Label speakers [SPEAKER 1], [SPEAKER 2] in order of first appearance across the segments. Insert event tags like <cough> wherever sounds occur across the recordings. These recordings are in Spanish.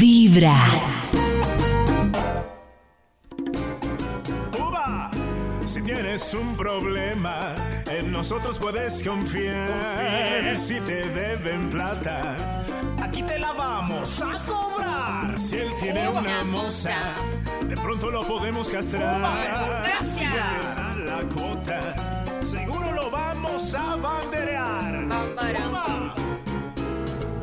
[SPEAKER 1] Vibra.
[SPEAKER 2] Uva, Si tienes un problema, en nosotros puedes confiar. Si te deben plata, aquí te la vamos a cobrar. Si él tiene una moza, de pronto lo podemos castrar.
[SPEAKER 3] gracias.
[SPEAKER 2] Si le da la cuota, seguro lo vamos a banderear. Uva,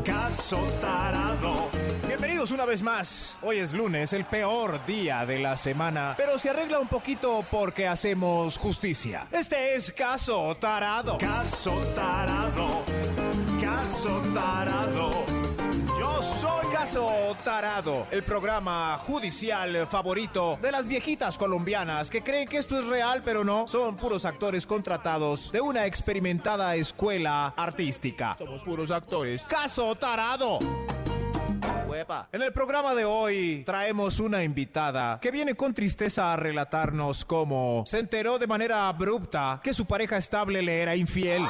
[SPEAKER 2] Caso tarado.
[SPEAKER 4] Bienvenidos una vez más. Hoy es lunes, el peor día de la semana, pero se arregla un poquito porque hacemos justicia. Este es caso tarado.
[SPEAKER 2] Caso tarado, caso tarado.
[SPEAKER 4] Yo soy caso tarado, el programa judicial favorito de las viejitas colombianas que creen que esto es real, pero no, son puros actores contratados de una experimentada escuela artística.
[SPEAKER 5] Somos puros actores.
[SPEAKER 4] Caso Tarado. En el programa de hoy traemos una invitada que viene con tristeza a relatarnos cómo se enteró de manera abrupta que su pareja estable le era infiel.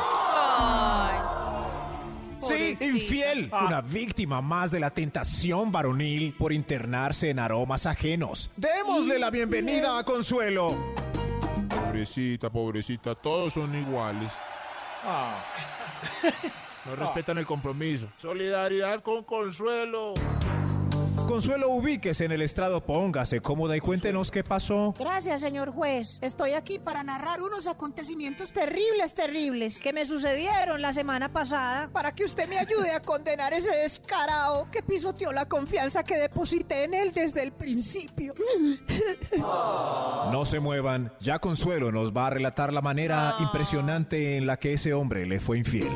[SPEAKER 4] Sí,
[SPEAKER 3] pobrecita.
[SPEAKER 4] infiel. Una víctima más de la tentación varonil por internarse en aromas ajenos. Démosle la bienvenida a Consuelo.
[SPEAKER 5] Pobrecita, pobrecita, todos son iguales.
[SPEAKER 6] Ah.
[SPEAKER 5] No respetan el compromiso. Solidaridad con consuelo.
[SPEAKER 4] Consuelo, ubíquese en el estrado, póngase cómoda y cuéntenos qué pasó.
[SPEAKER 7] Gracias, señor juez. Estoy aquí para narrar unos acontecimientos terribles, terribles que me sucedieron la semana pasada para que usted me ayude a condenar ese descarado que pisoteó la confianza que deposité en él desde el principio.
[SPEAKER 4] No se muevan, ya Consuelo nos va a relatar la manera
[SPEAKER 8] Ah.
[SPEAKER 4] impresionante en la que ese hombre le fue infiel.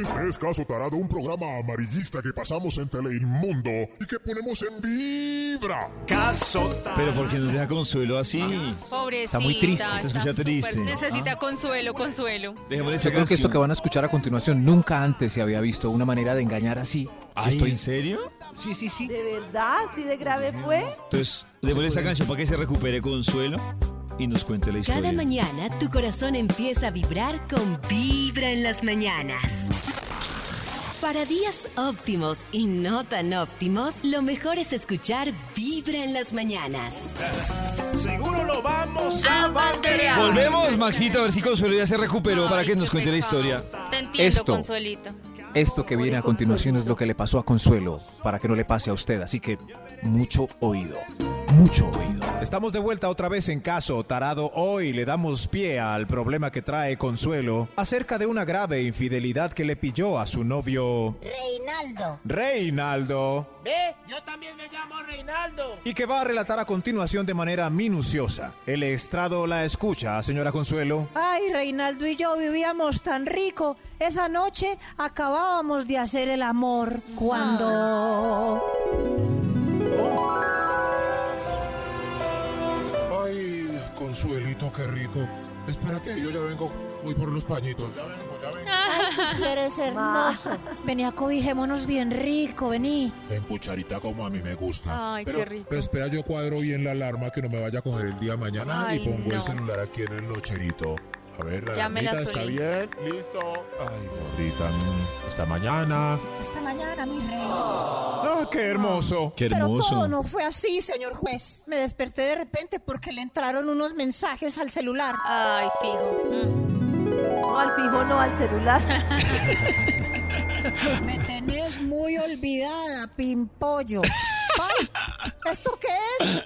[SPEAKER 6] Este es Caso Tarado, un programa amarillista que pasamos en Teleinmundo y que ponemos en vibra.
[SPEAKER 2] Caso tarado.
[SPEAKER 9] Pero porque nos deja consuelo así.
[SPEAKER 3] Pobrecita.
[SPEAKER 9] Está muy triste, se escucha
[SPEAKER 3] súper-
[SPEAKER 9] triste. Ah.
[SPEAKER 3] Necesita consuelo, consuelo.
[SPEAKER 9] Dejémosle esta
[SPEAKER 10] Yo creo que esto
[SPEAKER 9] canción.
[SPEAKER 10] que van a escuchar a continuación nunca antes se había visto una manera de engañar así.
[SPEAKER 9] Ay,
[SPEAKER 10] Estoy-
[SPEAKER 9] ¿En serio?
[SPEAKER 10] Sí, sí, sí.
[SPEAKER 8] ¿De verdad? ¿Así de grave fue?
[SPEAKER 9] Entonces, démosle esta canción para que se recupere consuelo y nos cuente la historia.
[SPEAKER 1] Cada mañana tu corazón empieza a vibrar con Vibra en las mañanas. Para días óptimos y no tan óptimos, lo mejor es escuchar Vibra en las mañanas.
[SPEAKER 2] Seguro lo vamos a
[SPEAKER 3] Ah, banderear.
[SPEAKER 9] Volvemos, Maxito, a ver si Consuelo ya se recuperó
[SPEAKER 3] Ay,
[SPEAKER 9] para que
[SPEAKER 3] qué
[SPEAKER 9] nos cuente la
[SPEAKER 3] pecado.
[SPEAKER 9] historia.
[SPEAKER 3] Te entiendo,
[SPEAKER 10] Esto.
[SPEAKER 3] consuelito.
[SPEAKER 10] Esto que viene a continuación es lo que le pasó a Consuelo para que no le pase a usted. Así que mucho oído. Mucho oído.
[SPEAKER 4] Estamos de vuelta otra vez en caso tarado. Hoy le damos pie al problema que trae Consuelo acerca de una grave infidelidad que le pilló a su novio
[SPEAKER 7] Reinaldo.
[SPEAKER 4] Reinaldo
[SPEAKER 5] Ve, yo también me llamo Reinaldo.
[SPEAKER 4] y que va a relatar a continuación de manera minuciosa. El estrado la escucha, señora Consuelo.
[SPEAKER 7] Ay, Reinaldo y yo vivíamos tan rico. Esa noche acabábamos de hacer el amor cuando...
[SPEAKER 6] Ay, Consuelito, qué rico. Espérate, yo ya vengo, voy por los pañitos.
[SPEAKER 7] Tú eres hermoso. Vení, acobijémonos bien rico, vení.
[SPEAKER 6] En cucharita como a mí me gusta.
[SPEAKER 3] Ay,
[SPEAKER 6] pero,
[SPEAKER 3] qué rico.
[SPEAKER 6] pero espera, yo cuadro bien la alarma que no me vaya a coger el día de mañana
[SPEAKER 3] Ay,
[SPEAKER 6] y pongo
[SPEAKER 3] no.
[SPEAKER 6] el celular aquí en el nocherito. A ver, la
[SPEAKER 3] Ya me la
[SPEAKER 6] alarmita está
[SPEAKER 3] solí.
[SPEAKER 6] bien.
[SPEAKER 5] Listo.
[SPEAKER 6] Ay, gordita, mm, hasta mañana.
[SPEAKER 7] Esta mañana, mi rey.
[SPEAKER 4] ¡Ah, qué hermoso!
[SPEAKER 9] Qué
[SPEAKER 7] Pero todo
[SPEAKER 9] hermoso.
[SPEAKER 7] no fue así, señor juez. Me desperté de repente porque le entraron unos mensajes al celular.
[SPEAKER 3] Ay, fijo. Mm.
[SPEAKER 8] No, al fijo, no, al celular.
[SPEAKER 7] Me tenés muy olvidada, pimpollo. Ay, ¿Esto qué es?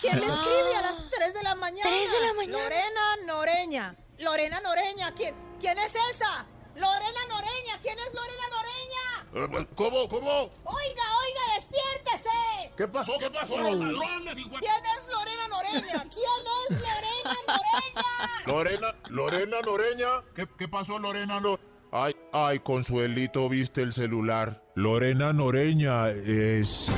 [SPEAKER 7] ¿Quién le escribe a las 3 de la mañana? 3 Ah. de la mañana. Lorena Noreña. Lorena Noreña, ¿quién, quién es esa? Lorena Noreña, ¿quién es Lorena Noreña?
[SPEAKER 5] ¿Cómo, cómo?
[SPEAKER 7] Oiga, oiga, despiértese.
[SPEAKER 5] ¿Qué pasó, qué pasó? Los ladrones, hijo de-
[SPEAKER 7] ¿Quién es Lorena Noreña? ¿Quién es Lorena Noreña?
[SPEAKER 5] Lorena, Lorena Noreña. ¿Qué, qué pasó, Lorena Nor- Ay, ay, Consuelito, viste el celular. Lorena Noreña es...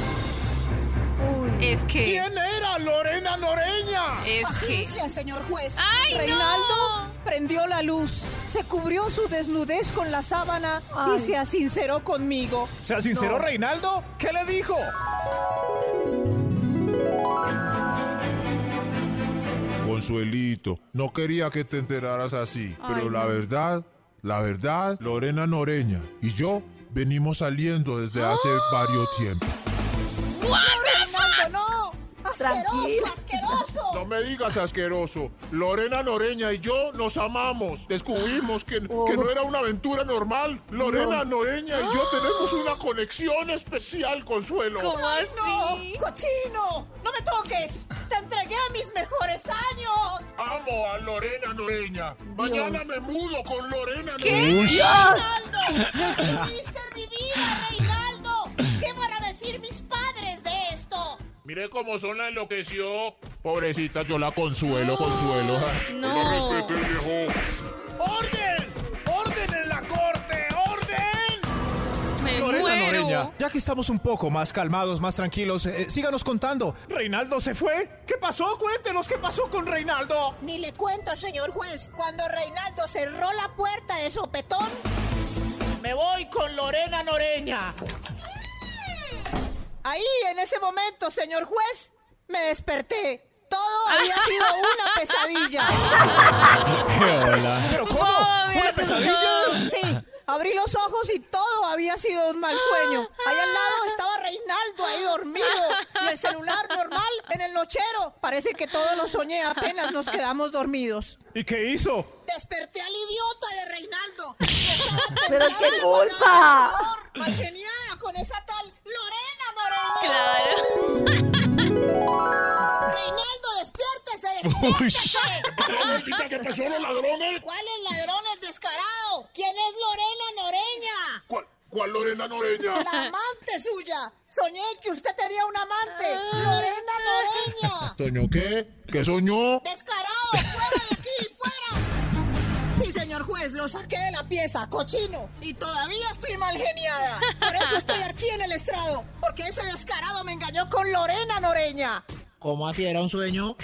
[SPEAKER 3] Es que.
[SPEAKER 5] era Lorena Noreña?
[SPEAKER 3] Es que.
[SPEAKER 7] Paciencia, señor juez.
[SPEAKER 3] ¡Ay, no!
[SPEAKER 7] Reinaldo prendió la luz, se cubrió su desnudez con la sábana y
[SPEAKER 8] Ay.
[SPEAKER 7] se asinceró conmigo.
[SPEAKER 4] ¿Sea sincero, Reinaldo? ¿Qué le dijo?
[SPEAKER 5] Consuelito, no quería que te enteraras así, pero la verdad, la verdad, Lorena
[SPEAKER 3] ¡Ah!
[SPEAKER 5] Noreña y yo venimos saliendo desde hace varios tiempos.
[SPEAKER 3] ¿What?
[SPEAKER 8] tranquila.
[SPEAKER 7] asqueroso!
[SPEAKER 5] <laughs> No me digas asqueroso. Lorena Noreña y yo nos amamos. Descubrimos que,
[SPEAKER 3] Oh.
[SPEAKER 5] que no era una aventura normal. Lorena Noreña y yo tenemos una conexión especial, Consuelo.
[SPEAKER 3] ¿Cómo
[SPEAKER 7] ¡Ay,
[SPEAKER 3] así?
[SPEAKER 7] no! ¡Cochino! ¡No me toques! ¡Te entregué a mis mejores años!
[SPEAKER 5] Amo a Lorena Noreña. Mañana me mudo con Lorena
[SPEAKER 3] ¿Qué?
[SPEAKER 5] Noreña.
[SPEAKER 7] ¡Reinaldo! ¡Destruiste mi vida, Reinaldo! ¿Qué van a decir mis padres de esto?
[SPEAKER 5] Mire cómo son la enloqueció. Pobrecita, yo la consuelo, consuelo.
[SPEAKER 3] No.
[SPEAKER 2] ¡Orden! ¡Orden en la corte! ¡Orden!
[SPEAKER 3] Me
[SPEAKER 4] Lorena
[SPEAKER 3] muero.
[SPEAKER 4] Noreña, ya que estamos un poco más calmados, más tranquilos, eh, síganos contando.
[SPEAKER 2] ¿Reinaldo se fue? ¿Qué pasó? Cuéntenos qué pasó con Reinaldo.
[SPEAKER 7] Ni le cuento, señor juez, cuando Reinaldo cerró la puerta de sopetón.
[SPEAKER 11] Me voy con Lorena Noreña.
[SPEAKER 7] Ahí, en ese momento, señor juez, me desperté. Todo había sido
[SPEAKER 11] <laughs>
[SPEAKER 7] una pesadilla.
[SPEAKER 4] ¿Pero cómo?
[SPEAKER 3] Oh, me
[SPEAKER 4] ¿Una
[SPEAKER 3] asustó.
[SPEAKER 4] pesadilla?
[SPEAKER 7] Sí, abrí los ojos y todo había sido un mal sueño. Ahí al lado estaba Reinaldo ahí dormido y el celular normal en el nochero. Parece que todo lo soñé, apenas nos quedamos dormidos.
[SPEAKER 2] ¿Y qué hizo?
[SPEAKER 7] Desperté al idiota de
[SPEAKER 5] <laughs>
[SPEAKER 7] Reinaldo. que estaba
[SPEAKER 8] Pero
[SPEAKER 7] temblando
[SPEAKER 8] qué
[SPEAKER 7] y
[SPEAKER 8] culpa.
[SPEAKER 7] con la sudor, malgeniada con esa tal Lorena Moreno.
[SPEAKER 3] Claro.
[SPEAKER 7] Reinaldo, despiértese, despiértese.
[SPEAKER 5] ¿Qué pasó, los ladrones?
[SPEAKER 7] ¿Cuál es ladrón es descarado? ¿Quién es Lorena Noreña?
[SPEAKER 5] ¿Cuál, cuál Lorena Noreña?
[SPEAKER 7] La amante suya. Soñé que usted tenía un amante.
[SPEAKER 5] Ah.
[SPEAKER 7] Lorena Noreña.
[SPEAKER 5] ¿Soñó qué? ¿Qué soñó?
[SPEAKER 7] Descarado, fuera de aquí, fuera. Sí, señor juez, lo saqué de la pieza, cochino. Y todavía estoy mal geniada. Por eso estoy aquí en el estrado. Porque ese descarado me engañó con Lorena Noreña.
[SPEAKER 11] ¿Cómo así era un sueño?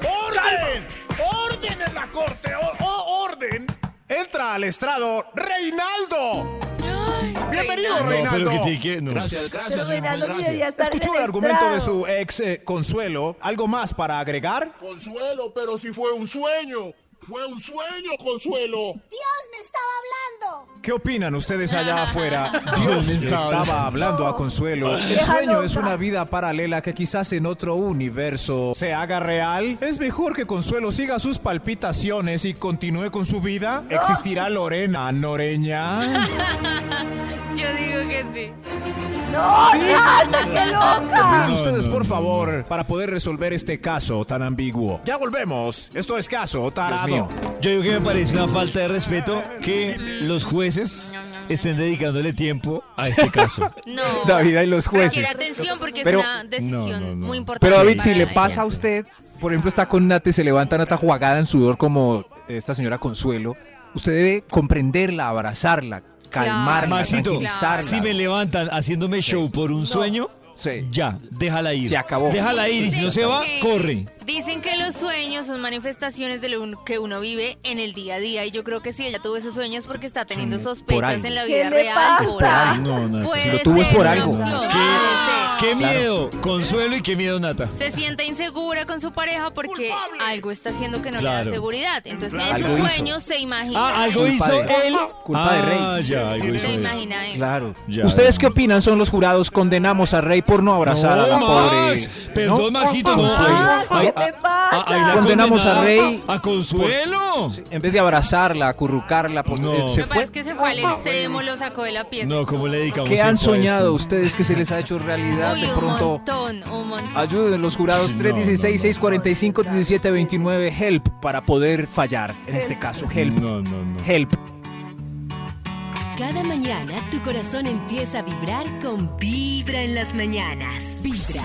[SPEAKER 2] ¡Orden! ¡Orden en la corte! ¡O, o- orden! Entra al estrado Reinaldo. Bienvenido,
[SPEAKER 3] Reinaldo.
[SPEAKER 9] No, pero
[SPEAKER 2] Reinaldo.
[SPEAKER 9] que tiene que. no.
[SPEAKER 8] Pero Reinaldo debería estar en
[SPEAKER 4] Escuchó el argumento de su ex eh, Consuelo. ¿Algo más para agregar?
[SPEAKER 5] Consuelo, pero si fue un sueño. Fue un sueño, Consuelo.
[SPEAKER 7] Dios me estaba hablando.
[SPEAKER 4] ¿Qué opinan ustedes allá afuera? Dios
[SPEAKER 9] me
[SPEAKER 4] le
[SPEAKER 9] estaba
[SPEAKER 4] estaba hablando a Consuelo. El
[SPEAKER 8] Déjalo
[SPEAKER 4] sueño es
[SPEAKER 8] hablar.
[SPEAKER 4] una vida paralela que quizás en otro universo se haga real. Es mejor que Consuelo siga sus palpitaciones y continúe con su vida. ¿Existirá Lorena Noreña?
[SPEAKER 3] Yo digo que sí.
[SPEAKER 8] ¡No,
[SPEAKER 4] Sí.
[SPEAKER 8] Nata, qué
[SPEAKER 4] Opinen
[SPEAKER 8] loca!
[SPEAKER 4] ustedes, por favor, para poder resolver este caso tan ambiguo. Ya volvemos. Esto es caso tarado.
[SPEAKER 10] mío.
[SPEAKER 9] Yo digo que me parece una falta de respeto que los jueces estén dedicándole tiempo a este
[SPEAKER 10] <laughs>
[SPEAKER 9] caso.
[SPEAKER 3] No.
[SPEAKER 10] La vida y los
[SPEAKER 3] Quiero
[SPEAKER 10] jueces.
[SPEAKER 3] atención porque
[SPEAKER 10] Pero-
[SPEAKER 3] es una decisión
[SPEAKER 9] No, no, no.
[SPEAKER 3] muy importante.
[SPEAKER 10] Pero David, si
[SPEAKER 3] para
[SPEAKER 10] le
[SPEAKER 3] ella.
[SPEAKER 10] pasa a usted, por ejemplo, está con Nata y se levanta Nata jugada en sudor como esta señora Consuelo, usted debe comprenderla, abrazarla, calmarla,
[SPEAKER 9] Maxito,
[SPEAKER 10] tranquilizarla.
[SPEAKER 9] si me levantan haciéndome show por un sueño,
[SPEAKER 10] Sí.
[SPEAKER 9] ya, déjala ir.
[SPEAKER 10] Se acabó.
[SPEAKER 9] Déjala ir y si no se va,
[SPEAKER 3] que-
[SPEAKER 9] corre.
[SPEAKER 3] Dicen que los sueños son manifestaciones de lo un- que uno vive en el día a día. Y yo creo que si ella tuvo esos sueños es porque está teniendo sospechas
[SPEAKER 10] algo.
[SPEAKER 3] en la
[SPEAKER 8] ¿Qué
[SPEAKER 3] vida
[SPEAKER 8] le
[SPEAKER 3] real.
[SPEAKER 8] pasa?
[SPEAKER 3] por algo.
[SPEAKER 9] No, no,
[SPEAKER 3] Puede
[SPEAKER 10] si lo tuvo es
[SPEAKER 3] ser
[SPEAKER 10] por
[SPEAKER 3] una
[SPEAKER 10] algo.
[SPEAKER 3] opción,
[SPEAKER 9] ¿Qué?
[SPEAKER 3] puede ser.
[SPEAKER 9] Qué
[SPEAKER 10] Claro.
[SPEAKER 9] miedo, consuelo y qué miedo, Nata.
[SPEAKER 3] Se siente insegura con su pareja porque algo está haciendo que no le
[SPEAKER 9] Claro.
[SPEAKER 3] da seguridad. Entonces, en
[SPEAKER 10] Algo
[SPEAKER 3] sus
[SPEAKER 10] hizo.
[SPEAKER 3] sueños se imagina.
[SPEAKER 9] Ah, algo
[SPEAKER 10] Culpa
[SPEAKER 9] hizo
[SPEAKER 10] de-
[SPEAKER 9] él.
[SPEAKER 10] culpa de Rey.
[SPEAKER 9] Ah, ya, algo hizo
[SPEAKER 3] Se
[SPEAKER 9] él.
[SPEAKER 3] imagina eso.
[SPEAKER 10] Claro.
[SPEAKER 9] Ya,
[SPEAKER 10] ¿Ustedes
[SPEAKER 9] ya.
[SPEAKER 10] qué opinan? Son los jurados. Condenamos a Rey por no abrazar a la
[SPEAKER 9] No,
[SPEAKER 10] pobre.
[SPEAKER 9] Max, Perdón, Maxito, no.
[SPEAKER 10] Consuelo.
[SPEAKER 8] Ah,
[SPEAKER 9] Ay,
[SPEAKER 8] ¿qué
[SPEAKER 9] ay,
[SPEAKER 8] te pasa?
[SPEAKER 9] ay, la
[SPEAKER 10] Condenamos a
[SPEAKER 9] condenaron.
[SPEAKER 10] Rey.
[SPEAKER 9] A Consuelo.
[SPEAKER 10] En vez de abrazarla, acurrucarla, porque
[SPEAKER 9] No.
[SPEAKER 3] Lo que
[SPEAKER 10] se
[SPEAKER 3] pasa
[SPEAKER 10] fue.
[SPEAKER 3] es que se fue al extremo, lo sacó de la pieza.
[SPEAKER 9] No, ¿cómo le dedicamos
[SPEAKER 10] ¿Qué han
[SPEAKER 9] tiempo a
[SPEAKER 10] soñado
[SPEAKER 9] esto?
[SPEAKER 10] ustedes que se les ha hecho realidad?
[SPEAKER 3] Uy,
[SPEAKER 10] De
[SPEAKER 3] un
[SPEAKER 10] pronto,
[SPEAKER 3] montón, un montón.
[SPEAKER 10] ayuden los jurados
[SPEAKER 9] No,
[SPEAKER 10] 316-645-1729, help, para poder fallar. En este caso, help,
[SPEAKER 9] No, no, no.
[SPEAKER 10] help.
[SPEAKER 1] <laughs> Cada mañana tu corazón empieza a vibrar con Vibra en las mañanas. Vibra.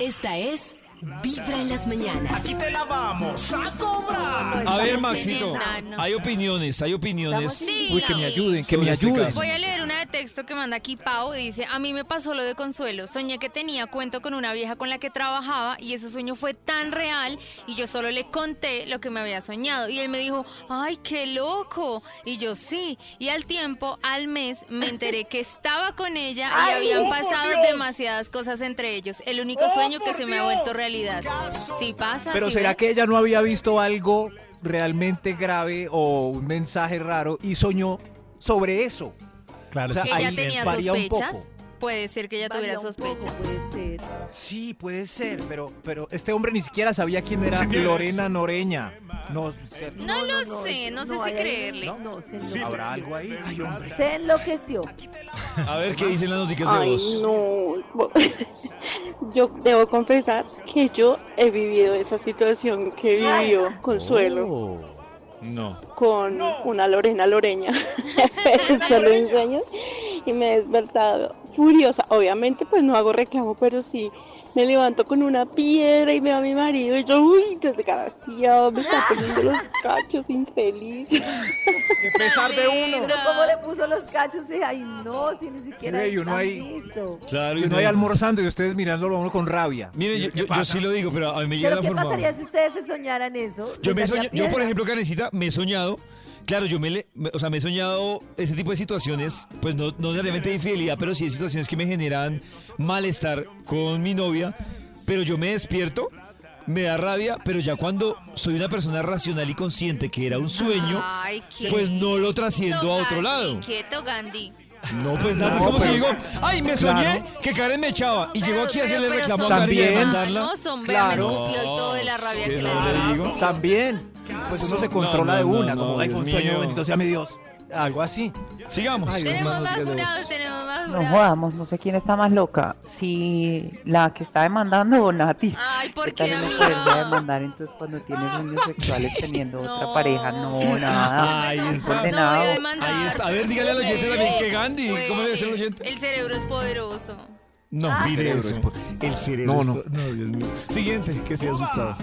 [SPEAKER 1] Esta es Vibra en las mañanas.
[SPEAKER 2] Aquí te la vamos a cobrar.
[SPEAKER 9] A ver,
[SPEAKER 3] No
[SPEAKER 9] Maxito,
[SPEAKER 3] tiene nada, no.
[SPEAKER 9] hay opiniones, hay opiniones.
[SPEAKER 3] Sí.
[SPEAKER 10] Uy, que me ayuden, que
[SPEAKER 9] Sobre
[SPEAKER 10] me
[SPEAKER 9] este
[SPEAKER 10] ayuden.
[SPEAKER 9] caso.
[SPEAKER 3] Voy a leer una de texto que manda aquí Pau. Dice, a mí me pasó lo de Consuelo. Soñé que tenía cuento con una vieja con la que trabajaba y ese sueño fue tan real y yo solo le conté lo que me había soñado. Y él me dijo, ay, qué loco. Y yo sí. Y al tiempo, al mes, me enteré que estaba con ella y
[SPEAKER 8] Ay,
[SPEAKER 3] habían
[SPEAKER 2] ¡oh, por
[SPEAKER 3] pasado
[SPEAKER 2] Dios!
[SPEAKER 3] demasiadas cosas entre ellos. El único
[SPEAKER 2] ¡Oh,
[SPEAKER 3] sueño que
[SPEAKER 2] por
[SPEAKER 3] se me ha
[SPEAKER 2] Dios!
[SPEAKER 3] vuelto realidad. Sí pasa.
[SPEAKER 10] Pero
[SPEAKER 3] sí
[SPEAKER 10] ¿será
[SPEAKER 3] ven?
[SPEAKER 10] que ella no había visto algo realmente grave o un mensaje raro y soñó sobre eso?
[SPEAKER 4] Claro,
[SPEAKER 10] O sea,
[SPEAKER 3] Que ella
[SPEAKER 10] ahí
[SPEAKER 3] tenía
[SPEAKER 10] varía un
[SPEAKER 3] sospechas.
[SPEAKER 10] poco.
[SPEAKER 3] Puede ser que ella tuviera sospecha.
[SPEAKER 8] Puede ser.
[SPEAKER 10] Sí, puede ser, pero, pero este hombre ni siquiera sabía quién era
[SPEAKER 2] Si tienes-
[SPEAKER 10] Lorena Noreña. No, cierto.
[SPEAKER 3] No, lo sé, no, sé si
[SPEAKER 8] hay ahí-
[SPEAKER 3] creerle.
[SPEAKER 8] No, se
[SPEAKER 2] Sí,
[SPEAKER 8] enloqueció.
[SPEAKER 10] ¿Habrá algo ahí? Ay, hombre.
[SPEAKER 8] Se enloqueció.
[SPEAKER 9] A ver qué dicen las noticias de
[SPEAKER 12] Ay,
[SPEAKER 9] vos.
[SPEAKER 12] no. <laughs> Yo debo confesar que yo he vivido esa situación que vivió
[SPEAKER 9] Oh.
[SPEAKER 12] Consuelo
[SPEAKER 9] No.
[SPEAKER 12] con una
[SPEAKER 8] <laughs>
[SPEAKER 12] Lorena Loreña. <laughs> Solo en sueños. Y me he despertado furiosa. Obviamente, pues no hago reclamo, pero sí me levanto con una piedra y veo a mi marido. Y yo, uy, desgraciado, me está poniendo los cachos, infeliz.
[SPEAKER 4] Que pesar de uno.
[SPEAKER 8] Pero cómo le puso los cachos y ay no, si ni siquiera
[SPEAKER 10] Sí, y uno
[SPEAKER 8] están
[SPEAKER 10] ahí-
[SPEAKER 8] listo.
[SPEAKER 9] Claro,
[SPEAKER 10] Y
[SPEAKER 9] y
[SPEAKER 10] no hay almorzando y ustedes mirándolo a uno con rabia.
[SPEAKER 9] Mire, yo, yo- yo sí lo digo, pero a mí me llega
[SPEAKER 8] Pero
[SPEAKER 9] la
[SPEAKER 8] qué
[SPEAKER 9] forma.
[SPEAKER 8] pasaría si ustedes se soñaran eso?
[SPEAKER 9] Yo,
[SPEAKER 8] ¿Les daría
[SPEAKER 9] me soña- yo, por
[SPEAKER 8] piedra?
[SPEAKER 9] ejemplo, Karencita, me he soñado. Claro, yo me, le- me- o sea, me he soñado ese tipo de situaciones, pues no, no necesariamente de infidelidad, pero sí de situaciones que me generan malestar con mi novia. Pero yo me despierto, me da rabia, pero ya cuando soy una persona racional y consciente que era un sueño,
[SPEAKER 3] Ay, qué
[SPEAKER 9] pues no lo trasciendo a otro
[SPEAKER 3] Gandhi,
[SPEAKER 9] lado.
[SPEAKER 3] Quieto, Gandhi.
[SPEAKER 9] No, pues nada, es
[SPEAKER 10] No,
[SPEAKER 9] como si
[SPEAKER 10] pero-
[SPEAKER 9] digo, ay, me soñé que Karen me echaba y llegó
[SPEAKER 3] Pero-
[SPEAKER 9] aquí a hacerle
[SPEAKER 3] pero- pero
[SPEAKER 9] reclamo
[SPEAKER 3] son
[SPEAKER 9] a Karen y a
[SPEAKER 10] También.
[SPEAKER 9] demandarla.
[SPEAKER 3] humanos, son- vea,
[SPEAKER 10] Claro.
[SPEAKER 3] Me escupió y todo de la rabia que le
[SPEAKER 9] no
[SPEAKER 3] da.
[SPEAKER 9] le digo.
[SPEAKER 10] También. Pues uno se controla
[SPEAKER 9] no,
[SPEAKER 10] de
[SPEAKER 9] no,
[SPEAKER 10] una,
[SPEAKER 9] no,
[SPEAKER 10] como ay, fue un
[SPEAKER 9] Dios
[SPEAKER 10] sueño,
[SPEAKER 9] mío.
[SPEAKER 10] bendito sea mi Dios. Algo así.
[SPEAKER 9] Sigamos.
[SPEAKER 10] Ay, Dios
[SPEAKER 3] Tenemos
[SPEAKER 9] Hermanos,
[SPEAKER 3] más
[SPEAKER 9] dígale vos.
[SPEAKER 3] jurados, tenemos más
[SPEAKER 13] No
[SPEAKER 3] jurados.
[SPEAKER 13] jodamos, no sé quién está más loca, si la que está demandando o Nati.
[SPEAKER 3] Ay, ¿por
[SPEAKER 13] ¿Qué tal
[SPEAKER 3] qué,
[SPEAKER 13] uno
[SPEAKER 3] amiga?
[SPEAKER 13] poderla demandar entonces cuando tienes niños sexuales teniendo
[SPEAKER 3] No.
[SPEAKER 13] otra pareja? No, nada.
[SPEAKER 9] Ahí
[SPEAKER 13] Es
[SPEAKER 9] está.
[SPEAKER 13] condenado.
[SPEAKER 3] voy a demandar.
[SPEAKER 9] Ahí está. A ver, dígale al oyente también que Gandhi.
[SPEAKER 3] Puede.
[SPEAKER 9] ¿Cómo le decía al oyente?
[SPEAKER 3] El cerebro es poderoso.
[SPEAKER 9] No, mire
[SPEAKER 10] Ah. cerebro
[SPEAKER 9] eso.
[SPEAKER 10] es por-
[SPEAKER 9] El cerebro.
[SPEAKER 10] No,
[SPEAKER 9] es
[SPEAKER 10] no.
[SPEAKER 9] por- Dios mío. Siguiente, que se asustado.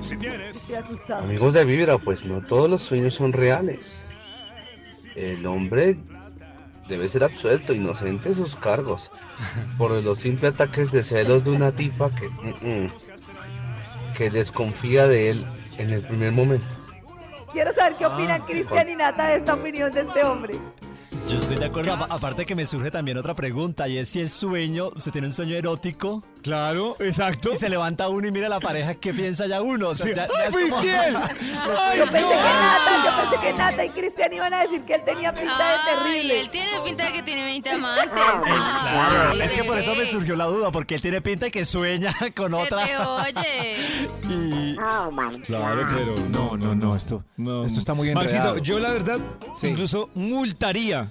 [SPEAKER 2] Si tienes
[SPEAKER 8] Estoy asustado.
[SPEAKER 14] Amigos de Vibra, pues no todos los sueños son reales. El hombre debe ser absuelto, inocente de sus cargos, por los simples ataques de celos de una tipa que, mm, mm, que desconfía de él en el primer momento.
[SPEAKER 8] Quiero saber qué
[SPEAKER 13] Ah,
[SPEAKER 8] opinan Cristian y Nata de esta opinión de este hombre.
[SPEAKER 15] Yo estoy de acuerdo. apa- Aparte que me surge también otra pregunta y es si el sueño, se tiene un sueño erótico.
[SPEAKER 9] Claro, exacto.
[SPEAKER 15] Y se levanta uno y mira a la pareja qué piensa ya uno. O sea,
[SPEAKER 9] Sí.
[SPEAKER 15] ya- ya
[SPEAKER 9] ¡Ay,
[SPEAKER 15] es
[SPEAKER 9] fui
[SPEAKER 15] como- <laughs>
[SPEAKER 9] infiel! ¡Ay,
[SPEAKER 8] Yo
[SPEAKER 12] <laughs>
[SPEAKER 8] pensé que
[SPEAKER 9] no!
[SPEAKER 8] Nata, yo pensé que Nata y Cristian iban a decir que él tenía pinta de
[SPEAKER 3] Ay,
[SPEAKER 8] terrible.
[SPEAKER 3] él tiene pinta de que tiene 20 amantes.
[SPEAKER 15] Claro,
[SPEAKER 3] Ay,
[SPEAKER 15] es que por eso me
[SPEAKER 3] bebé.
[SPEAKER 15] surgió la duda, porque él tiene pinta de que sueña <laughs> con
[SPEAKER 3] Se te
[SPEAKER 15] otra.
[SPEAKER 3] oye.
[SPEAKER 15] Y...
[SPEAKER 9] Claro, pero
[SPEAKER 10] No, no, no, esto,
[SPEAKER 9] no.
[SPEAKER 10] esto está muy enredado.
[SPEAKER 9] Maxito, yo la verdad
[SPEAKER 10] Sí.
[SPEAKER 9] incluso multaría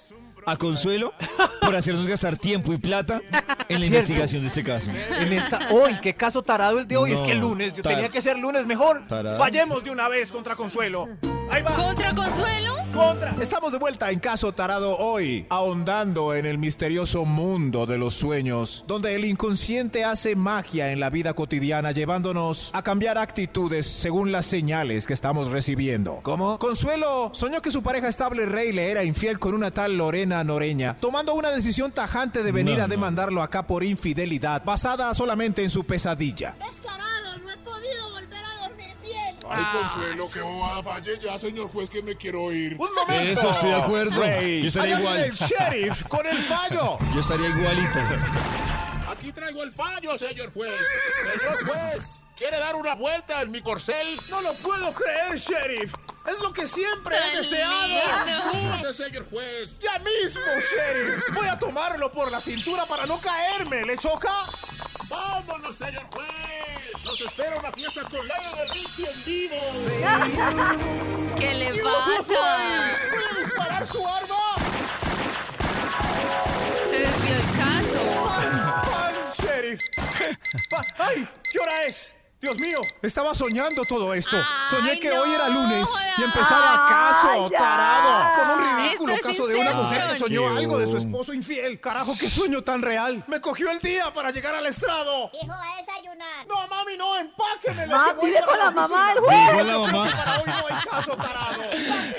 [SPEAKER 9] a Consuelo por hacernos gastar tiempo y plata en la
[SPEAKER 10] Cierto.
[SPEAKER 9] investigación de este caso.
[SPEAKER 10] En esta, hoy, qué caso tarado el de hoy. es
[SPEAKER 9] No,
[SPEAKER 10] que el lunes, yo
[SPEAKER 9] tar-
[SPEAKER 10] tenía que ser lunes mejor.
[SPEAKER 9] tarado.
[SPEAKER 10] Fallemos de una vez contra Consuelo. Ahí va.
[SPEAKER 3] ¿Contra Consuelo?
[SPEAKER 10] Contra.
[SPEAKER 4] Estamos de vuelta en Caso Tarado hoy, ahondando en el misterioso mundo de los sueños, donde el inconsciente hace magia en la vida cotidiana, llevándonos a cambiar actitudes según las señales que estamos recibiendo. ¿Cómo? Consuelo soñó que su pareja estable Rey le era infiel con una tal Lorena Noreña, tomando una decisión tajante de venir
[SPEAKER 9] No,
[SPEAKER 4] a
[SPEAKER 9] no.
[SPEAKER 4] demandarlo acá por infidelidad, basada solamente en su pesadilla.
[SPEAKER 7] Descarado, no he podido volver a dormir bien.
[SPEAKER 5] Ay, Consuelo, qué bobada. Falle ya, señor juez, que me quiero ir.
[SPEAKER 4] ¡Un momento!
[SPEAKER 9] Eso, estoy de acuerdo.
[SPEAKER 4] Rey,
[SPEAKER 9] Yo estaría
[SPEAKER 4] allá viene
[SPEAKER 9] igual.
[SPEAKER 4] el sheriff con el <laughs> fallo!
[SPEAKER 9] Yo estaría igualito.
[SPEAKER 5] Aquí traigo el fallo, señor juez. Señor juez, ¿quiere dar una vuelta en mi corcel?
[SPEAKER 4] ¡No lo puedo creer, sheriff! ¡Es lo que siempre
[SPEAKER 3] Tan
[SPEAKER 4] he deseado!
[SPEAKER 5] Súbete, señor juez.
[SPEAKER 4] ¡Ya mismo, sheriff! Voy a tomarlo por la cintura para no caerme. ¿Le choca?
[SPEAKER 5] ¡Vámonos, señor juez! ¡Nos espera una fiesta con Lalo de Richie en vivo!
[SPEAKER 3] ¿Qué le pasa?
[SPEAKER 4] ¡Voy a disparar su arma!
[SPEAKER 3] Se desvió el caso.
[SPEAKER 4] ¡Ay, sheriff! Pa- ¡Ay! ¿Qué hora es? Dios mío, estaba soñando todo esto.
[SPEAKER 3] Ay,
[SPEAKER 4] Soñé que
[SPEAKER 3] no,
[SPEAKER 4] hoy era lunes y
[SPEAKER 3] ya. Ah,
[SPEAKER 4] empezaba caso,
[SPEAKER 8] Ay, ya.
[SPEAKER 4] tarado, con un ridículo
[SPEAKER 3] Esto es
[SPEAKER 4] caso de una
[SPEAKER 3] Inception.
[SPEAKER 4] mujer que soñó
[SPEAKER 9] Ay, qué
[SPEAKER 4] algo de su
[SPEAKER 9] bobo.
[SPEAKER 4] esposo infiel. Carajo, qué sueño tan real. Me cogió el día para llegar al estrado.
[SPEAKER 7] Hijo, a desayunar.
[SPEAKER 4] No, mami, no, empáqueme.
[SPEAKER 8] Mamá, vive con la mamá del juez.
[SPEAKER 9] Llegó la mamá.
[SPEAKER 4] Para hoy no hay caso, tarado.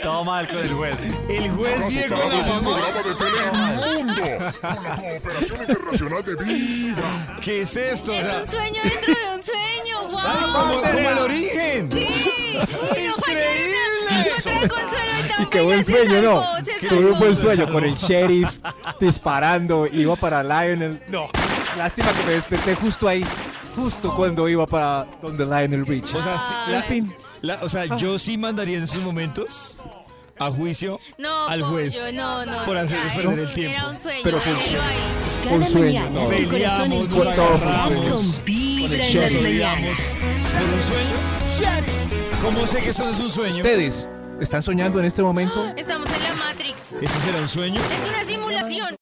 [SPEAKER 15] Todo mal con el juez.
[SPEAKER 4] Pues,
[SPEAKER 9] El juez Diego
[SPEAKER 6] Tarado es
[SPEAKER 9] la
[SPEAKER 6] un
[SPEAKER 9] mamá.
[SPEAKER 6] programa de tele Mundo con la cooperación internacional de Vibra.
[SPEAKER 9] ¿Qué es
[SPEAKER 10] Pues,
[SPEAKER 9] esto? O sea,
[SPEAKER 3] Es un sueño dentro de un sueño. ¡Wow!
[SPEAKER 9] ¿saben cómo, cómo el origen?
[SPEAKER 3] Sí. Y no falló nada. Contra Consuelo y
[SPEAKER 10] Y
[SPEAKER 3] tampoco
[SPEAKER 10] qué buen
[SPEAKER 3] ya se
[SPEAKER 10] sueño, ¿no?
[SPEAKER 3] salvó, se
[SPEAKER 10] Tuve un
[SPEAKER 3] salvó.
[SPEAKER 10] buen sueño con el sheriff disparando, iba para Lionel. No, lástima que me desperté justo ahí, justo cuando iba para donde Lionel Rich.
[SPEAKER 9] O sea, sí,
[SPEAKER 10] En fin.
[SPEAKER 9] La- o sea, yo sí mandaría en esos momentos a juicio
[SPEAKER 3] No,
[SPEAKER 9] al juez
[SPEAKER 3] pollo, no, no,
[SPEAKER 9] por
[SPEAKER 3] no,
[SPEAKER 9] hacer
[SPEAKER 3] ya,
[SPEAKER 9] perder
[SPEAKER 3] era-
[SPEAKER 9] el tiempo.
[SPEAKER 3] era un sueño, Pero fue un déjelo ahí.
[SPEAKER 1] Cada
[SPEAKER 9] Un sueño,
[SPEAKER 1] mañana
[SPEAKER 9] no.
[SPEAKER 1] tu corazón
[SPEAKER 9] Peleamos,
[SPEAKER 1] empieza
[SPEAKER 9] nos
[SPEAKER 1] a
[SPEAKER 9] agarramos.
[SPEAKER 1] vibrar con
[SPEAKER 9] Con el
[SPEAKER 1] vibra en
[SPEAKER 9] show.
[SPEAKER 1] las
[SPEAKER 9] Nos
[SPEAKER 1] mañanas.
[SPEAKER 9] ¿Por un sueño? ¿Cómo sé que esto no es un sueño?
[SPEAKER 10] ¿Ustedes están soñando en este momento?
[SPEAKER 3] Estamos en la Matrix.
[SPEAKER 9] ¿Esto será un sueño?
[SPEAKER 3] Es una simulación.